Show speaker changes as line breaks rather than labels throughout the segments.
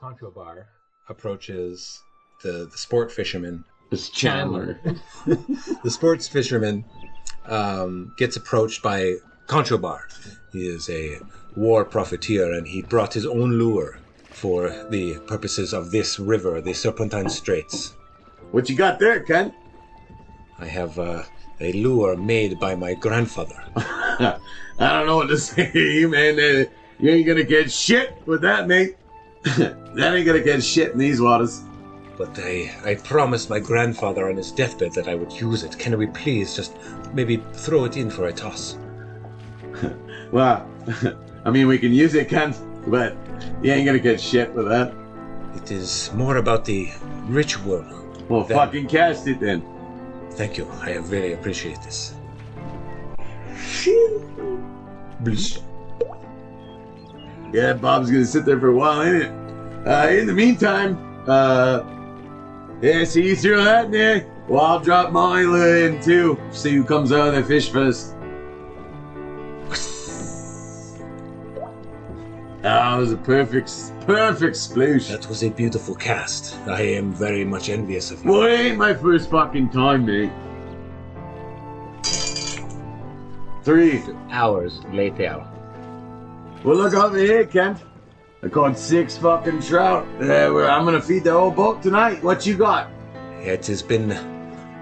Conchobar uh, approaches the, the sport fisherman.
It's Chandler.
The sports fisherman um, gets approached by Conchobar. He is a war profiteer and he brought his own lure for the purposes of this river, the Serpentine Straits.
What you got there, Ken?
I have uh, a lure made by my grandfather.
I don't know what to say, man. Uh, You ain't gonna get shit with that, mate. that ain't gonna get shit in these waters.
But I, I promised my grandfather on his deathbed that I would use it. Can we please just maybe throw it in for a toss?
Well, I mean, we can use it, Ken, but you ain't gonna get shit with that.
It is more about the ritual.
Well,
Then-
fucking cast it then.
Thank you. I really appreciate this. Blish.
Yeah, Bob's gonna sit there for a while, ain't it? Uh, in the meantime, uh, yeah, so you throw that in there. Well, I'll drop my lure in too. See who comes out of the fish first. That was a perfect, perfect sploosh.
That was a beautiful cast. I am very much envious of you.
Well, it ain't my first fucking time, mate. Three.
Hours later.
Well, look over here, Kent. I caught six fucking trout. Uh, we're- I'm gonna feed the whole boat tonight. What you got?
It has been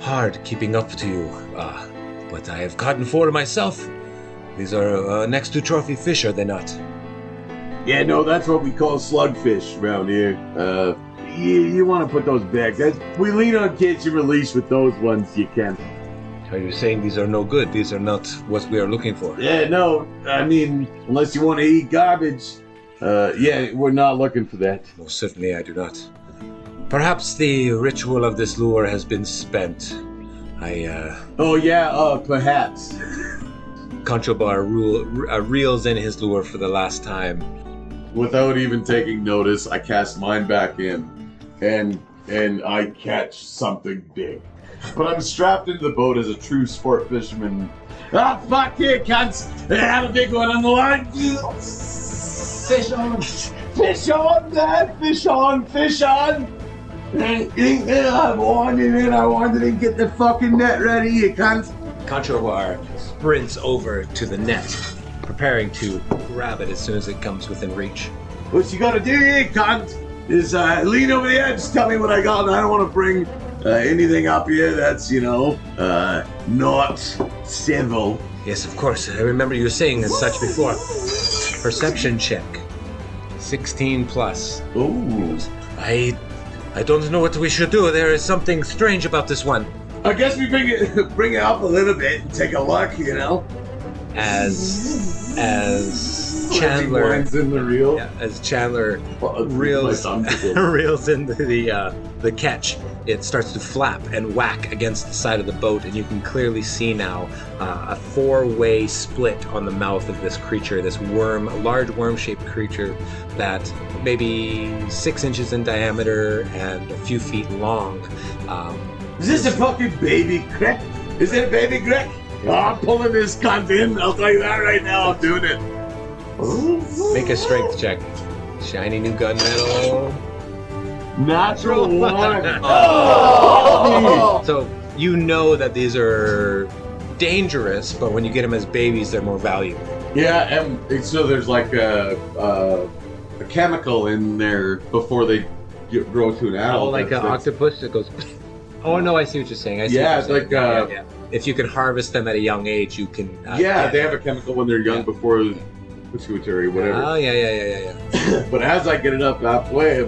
hard keeping up to you, uh, but I have gotten four myself. These are uh, next to trophy fish, are they not?
Yeah, no, that's what we call slugfish around here. Uh, you, you want to put those back. That's, we lean on catch and release with those ones, you can.
Are you saying these are no good? These are not what we are looking for.
Yeah, no, I mean, unless you want to eat garbage. Uh, yeah, we're not looking for that.
Most certainly, I do not. Perhaps the ritual of this lure has been spent. I, uh,
Oh, yeah, uh, perhaps.
Conchobar rule, uh, reels in his lure for the last time.
Without even taking notice, I cast mine back in, and and I catch something big. But I'm strapped into the boat as a true sport fisherman. Ah, fuck here, cunts! They have a big one on the line. Fish on, fish on, man! Fish on, fish on! I wanted it, I wanted it. Get the fucking net ready, you cunts!
Conchobar sprints over to the net, preparing to grab it as soon as it comes within reach.
What you gotta do here, cunt, is uh, lean over the edge, tell me what I got, and I don't wanna bring uh, anything up here that's, you know, uh, not civil.
Yes, of course. I remember you saying as such before. Perception check. 16 plus.
Ooh.
I I don't know what we should do. There is something strange about this one.
I guess we bring it bring it up a little bit and take a look, you know?
As as Chandler
One's in the reel.
yeah, as Chandler
Well, my
reels
son's a bit-
reels into the uh, the catch. It starts to flap and whack against the side of the boat, and you can clearly see now uh, a four-way split on the mouth of this creature, this worm, a large worm-shaped creature that maybe six inches in diameter and a few feet long. Um,
Is this a fucking baby crick? Is it a baby crick? Oh, I'm pulling this cunt in. I'll tell you that right now. I'm doing it.
make a strength check. Shiny new gunmetal.
Natural one. Oh.
Oh.
So you know that these are dangerous, but when you get them as babies, they're more valuable.
Yeah, and and so there's like a, a, a chemical in there before they get, grow to an
Oh,
adult.
like an
That's- that's-
octopus that goes. Oh no, I see what you're saying. I see
Yeah,
what you're
it's
saying.
like, uh,
yeah, yeah. If you can harvest them at a young age, you can. uh,
yeah,
get-
they have a chemical when they're young
Yeah.
before pituitary, whatever.
Oh yeah, yeah, yeah, yeah, yeah.
but as I get it up halfway,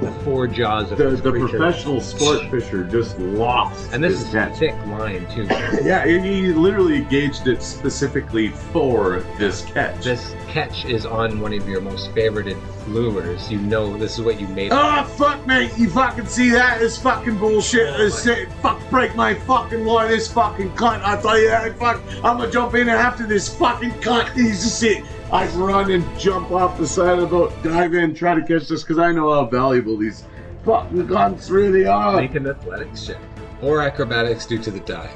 the four jaws of
the,
this
the
creature.
professional sport fisher just lost.
and this
his
is a
net.
thick line too.
yeah, and he literally gauged it specifically for this catch.
This catch is on one of your most favorited lures. You know this is what you made.
Oh fuck, mate! You fucking see that? This fucking bullshit. This shit. Fuck, break my fucking line. This fucking cunt. I tell you that. Fuck, I'm gonna jump in after this fucking cunt. He's just it. I run and jump off the side of the boat, dive in, try to catch this because I know how valuable these fucking cunts really are.
Make an athletics check.
Or acrobatics due to the dive.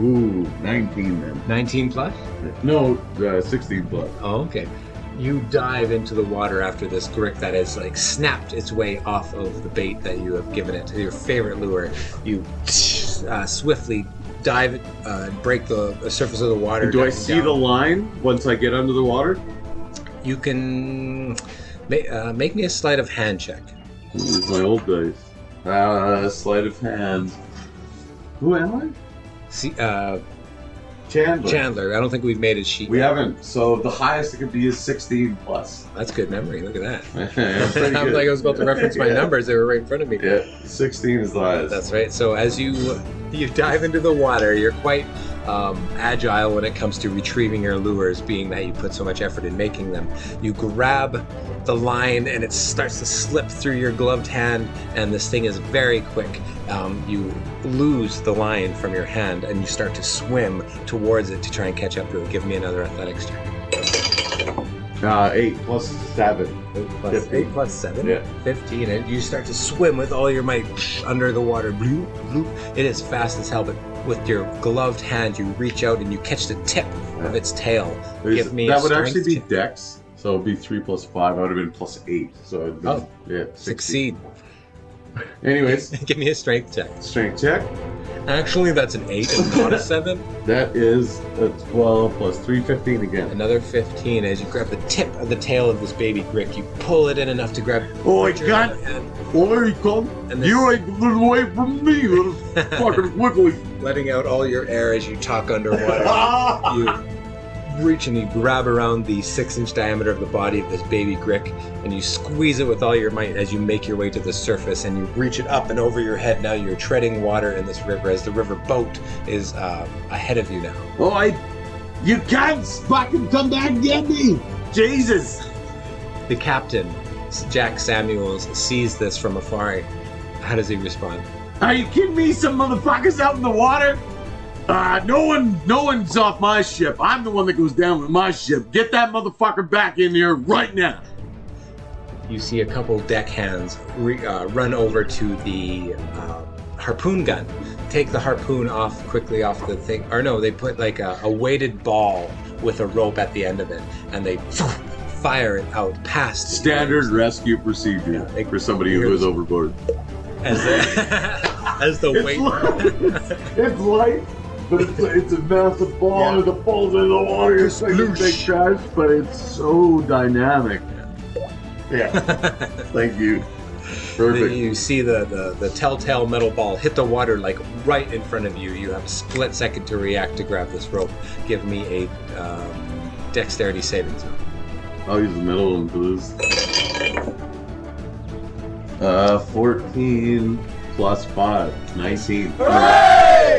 Ooh, 19 then.
Nineteen plus.
No, uh, 16 plus.
Oh, okay. You dive into the water after this grick that has like snapped its way off of the bait that you have given it to your favorite lure. You uh, swiftly dive, uh, break the, the surface of the water.
Do I
diving
see
down.
the line once I get under the water?
You can ma- uh, make me a sleight of hand check.
This is my old days. Uh, sleight of hand. Who am
See, uh,
I? Chandler.
Chandler, I don't think we've made a sheet.
We haven't. So the highest it could be is 16 plus.
That's good memory. Look at that.
I'm
I was like, I was about to reference my numbers. They were right in front of me.
Yeah, 16 is the highest.
That's right. So as you you dive into the water, you're quite um, agile when it comes to retrieving your lures, being that you put so much effort in making them. You grab the line, and it starts to slip through your gloved hand, and this thing is very quick. Um, you lose the line from your hand, and you start to swim towards it to try and catch up to it. Give me another athletics check.
Uh, 8 plus 7.
Eight
plus- Fifteen. eight
plus seven.
Yeah.
15 and you start to swim with all your might under the water bloop bloop it is fast as hell but with your gloved hand you reach out and you catch the tip of its tail
There's-
Give me a
that would
strength
actually be
check.
dex, so it'd be three plus five. I would have been plus eight, so it'd be,
Oh.
yeah, 60.
succeed
Anyways,
give me a strength check
strength check.
actually that's an 8 and not a 7
That is a twelve plus three, fifteen again.
another 15 as you grab the tip of the tail of this baby grick you pull it in enough to grab
Oh, I
your
got
hand,
where you come.
And this-
You ain't getting away from me, little fucking wiggly.
letting out all your air as you talk underwater
Ah!
you reach and you grab around the six inch diameter of the body of this baby grick and you squeeze it with all your might as you make your way to the surface and you reach it up and over your head now you're treading water in this river as the river boat is uh, ahead of you now
Oh, I. You can't fucking come back and get me. Jesus.
the captain jack samuels sees this from afar how does he respond
Are you kidding me? Some motherfuckers out in the water? Uh, no one, no one's off my ship. I'm the one that goes down with my ship. Get that motherfucker back in here right now.
you see a couple deckhands re- uh, run over to the uh, harpoon gun, take the harpoon off quickly off the thing. Or no, they put like a, a weighted ball with a rope at the end of it, and they fire it out past the
Standard
others
rescue procedure
Yeah.
for somebody who goes overboard.
as the, as the
It's
weight.
light, it's, it's light, but it's a, it's a massive ball
Yeah.
and it falls into the water. It's like a big
Sploosh.
crash, but it's so dynamic. Yeah. Thank you.
Then
Perfect.
you see the, the, the telltale metal ball hit the water like right in front of you. You have a split second to react to grab this rope. Give me a um, dexterity saving throw.
I'll use the middle one for this. Uh, 14 plus 5. 19.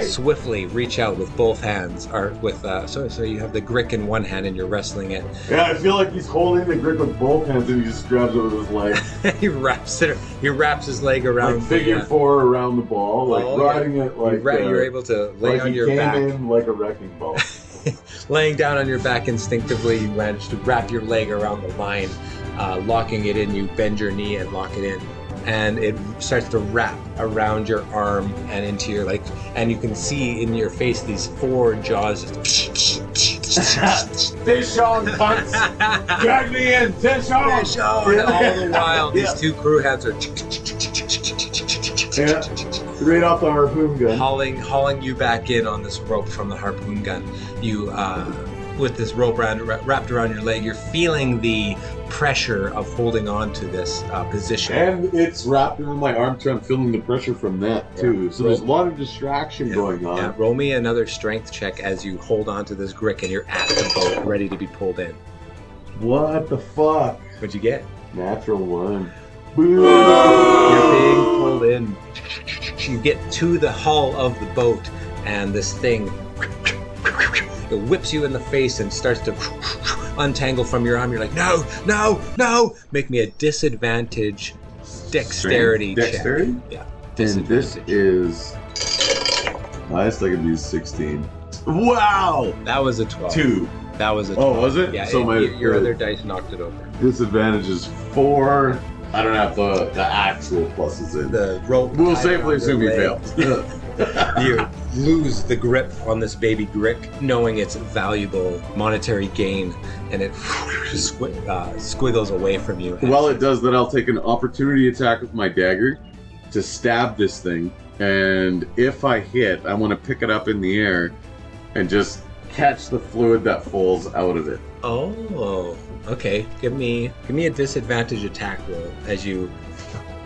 swiftly reach out with both hands or with uh so so you have the grick in one hand and you're wrestling it
Yeah, I feel like he's holding the grip with both hands and he just grabs it with his legs.
he wraps it he wraps his leg around
like figure
the, uh,
four around the ball, like
Oh, yeah.
riding it like
you ra-
uh,
you're able to lay
like
on
he
your
came
back
in like a wrecking ball.
laying down on your back instinctively you manage to wrap your leg around the line uh, locking it in you bend your knee and lock it in and it starts to wrap around your arm and into your like and you can see in your face these four jaws just
Fish on punts. Drag me in. Fish on.
fish out, and all the while
Yeah.
these two crew heads are
Right off the harpoon gun.
hauling hauling you back in on this rope from the harpoon gun you uh, with this rope round, wra- wrapped around your leg you're feeling the pressure of holding on to this uh, position
And it's wrapped around my arm too. I'm feeling the pressure from that too. So there's a lot of distraction going on.
yeah, roll me another strength check as you hold on to this grick and you're at the boat ready to be pulled in
What the fuck?
what'd you get
Natural one. Boom.
You're being pulled in. You get to the hull of the boat, and this thing it whips you in the face and starts to untangle from your arm. You're like, no, no, no! Make me a disadvantage dexterity check.
Dexterity.
Yeah.
And this
Disadvantage.
is. Highest I can do is 16. Wow.
That was a twelve.
Two.
That was a. 12.
Oh, was it?
Yeah.
So
it-
my
your, your
my
other dice knocked it over.
disadvantage is four. I don't have the the actual pluses in.
The rope.
We'll
tied
safely
around
assume you
your leg.
failed.
you lose the grip on this baby grick, knowing its valuable monetary gain, and it squi- uh, squiggles away from you.
While it does that, I'll take an opportunity attack with my dagger to stab this thing. And if I hit, I want to pick it up in the air and just catch the fluid that falls out of it.
Oh, okay. Give me give me a disadvantage attack roll as you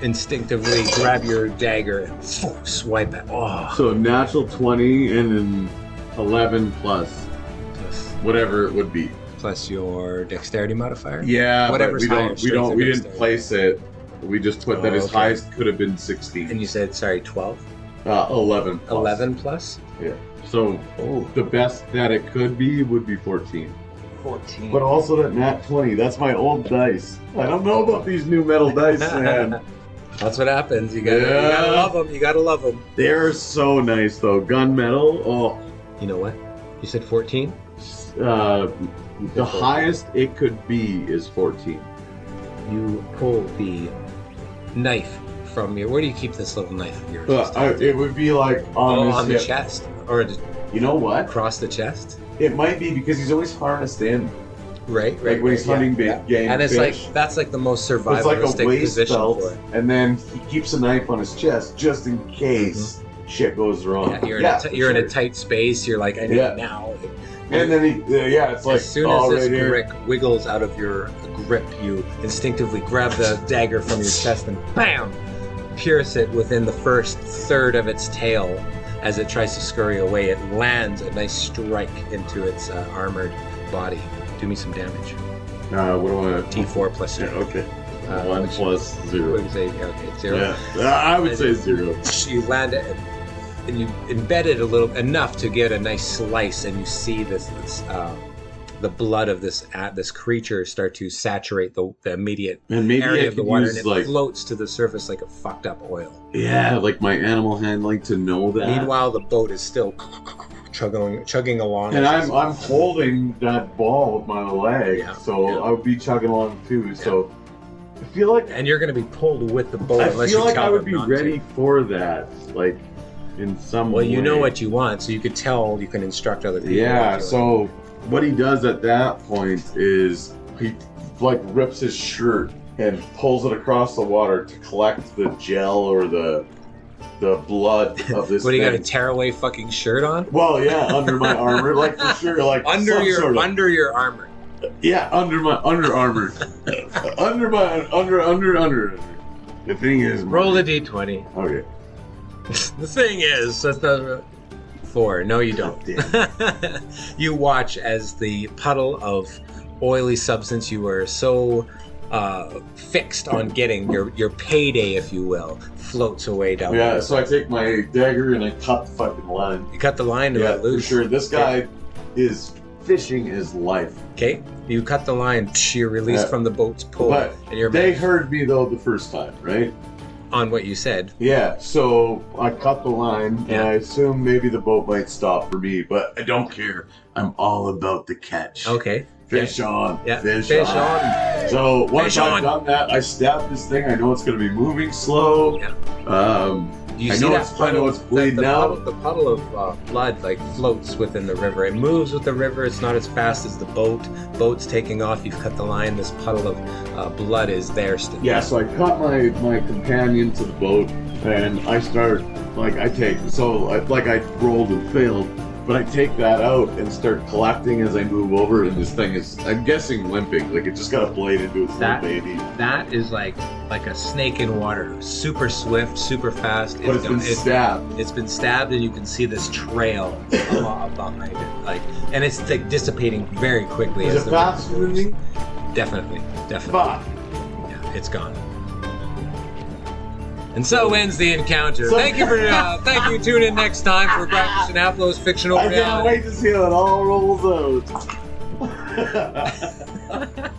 instinctively grab your dagger and swipe at. Oh,
So natural 20 and an 11 plus
plus,
whatever it would be.
plus your dexterity modifier.
Yeah, but
Whatever's
we
higher,
don't we
strength
don't
or
we didn't
dexterity.
place it. We just put that
Oh,
his
okay.
highest could have been 16.
And you said sorry, 12,
Uh, 11. plus.
11 plus.
So
Oh,
the best that it could be would be 14.
14.
But also that nat 20. That's my old dice. I don't know about these new metal dice, man.
That's what happens. You gotta, you gotta
Yeah.
love them. You gotta love them.
They're so nice though. Gunmetal. Oh,
You know what? You said 14?
uh, the highest it could be is 14.
You pull the knife from your. Where do you keep this little knife of yours?
Uh, I- it would be like on,
oh,
his
on the
hip.
chest or just
You know what?
across the chest.
It might be because he's always harnessed in,
Right, right.
like when he's
right,
hunting big
yeah.
game.
And it's
fish.
like that's like the most
it's like
survivalistic
a waist
position
belt,
for it. Mm-hmm.
and then he keeps a knife on his chest just in case shit goes wrong.
Yeah, you're, in, a
for
t- you're in a
sure.
tight space. You're like, I need
Yeah.
it now.
And then he, uh, yeah, it's like
as soon
oh,
as this
right here.
brick wiggles out of your grip, you instinctively grab the dagger from your chest and bam, pierce it within the first third of its tail. As it tries to scurry away, it lands a nice strike into its uh, armored body. Do me some damage.
Uh, what do I?
T4 plus
Yeah,
zero.
okay.
Uh,
One
which-
plus
what
zero.
is it? Okay, zero.
Yeah, Uh, I would say zero.
you land it and you embed it a little enough to get a nice slice and you see this, this uh, the blood of this uh, this creature start to saturate the, the immediate
And maybe
area
I
of the
could
water and it
use like
floats to the surface like a fucked up oil
yeah, like my animal handling to know that.
meanwhile the boat is still chugging chugging along
and I'm I'm holding that ball with my leg,
Yeah,
so
yeah.
I would be chugging along too. So I feel like
and you're gonna be pulled with the boat
I
unless
feel
you
like
tell
I would
them
be
not to.
ready for that, like in some
well
way.
you know what you want so you could tell you can instruct other people
Yeah.
to do it.
So what he does at that point is he like rips his shirt and pulls it across the water to collect the gel or the the blood of this.
what do you got a
thing.
tearaway fucking shirt on
Well, yeah, under my armor, like for sure, like
under
some
your
sort of-
under your armor
yeah, under my under armor, under my under under under. The thing is,
Roll a d20.
Okay,
The thing is, that's not- four. No, you don't. you watch as the puddle of oily substance you were so uh, fixed on getting your your payday, if you will, floats away down.
yeah. So I take my dagger and I cut the fucking line.
You cut the line to
Yeah,
let
for
loose.
sure. This guy is fishing his life.
Okay, you cut the line. psh, You're released
Yeah.
from the boat's pull,
But
and you're
They
back
heard me though the first time, right?
on what you said.
Yeah. So I cut the line, and
Yeah.
I assume maybe the boat might stop for me, but I don't care. I'm all about the catch.
Okay,
Fish on.
yeah,
Fish,
fish
on.
on.
So once
Fish
I've
on.
done that, I stab this thing. I know it's going to be moving slow.
Yeah.
Um,
You
I
see
know
that
it's- I know
puddle-
it's bleeding
the, the
out.
Puddle, the puddle of uh, blood like floats within the river. It moves with the river. It's not as fast as the boat. Boat's taking off. You've cut the line. This puddle of uh, blood is there still.
Yeah, so I cut my my companion to the boat, and I start like I take so I, like I rolled and failed, but I take that out and start collecting as I move over, and this thing is I'm guessing limping, like it just got a blade into its little
That-
baby,
That is like like a snake in water. Super swift, super fast.
but it's been
it's,
stabbed.
it's been stabbed, and you can see this trail along behind it. Like, and it's like dissipating very quickly.
Is
as
it
the wind
faster than
moves.
me?
Definitely, definitely.
Fuck.
Yeah, it's gone. And so ends the encounter.
So-
thank you for uh, thank you. Tune in next time for Graphics and Apple's fictional
I can't
reality.
wait to see how it all rolls out.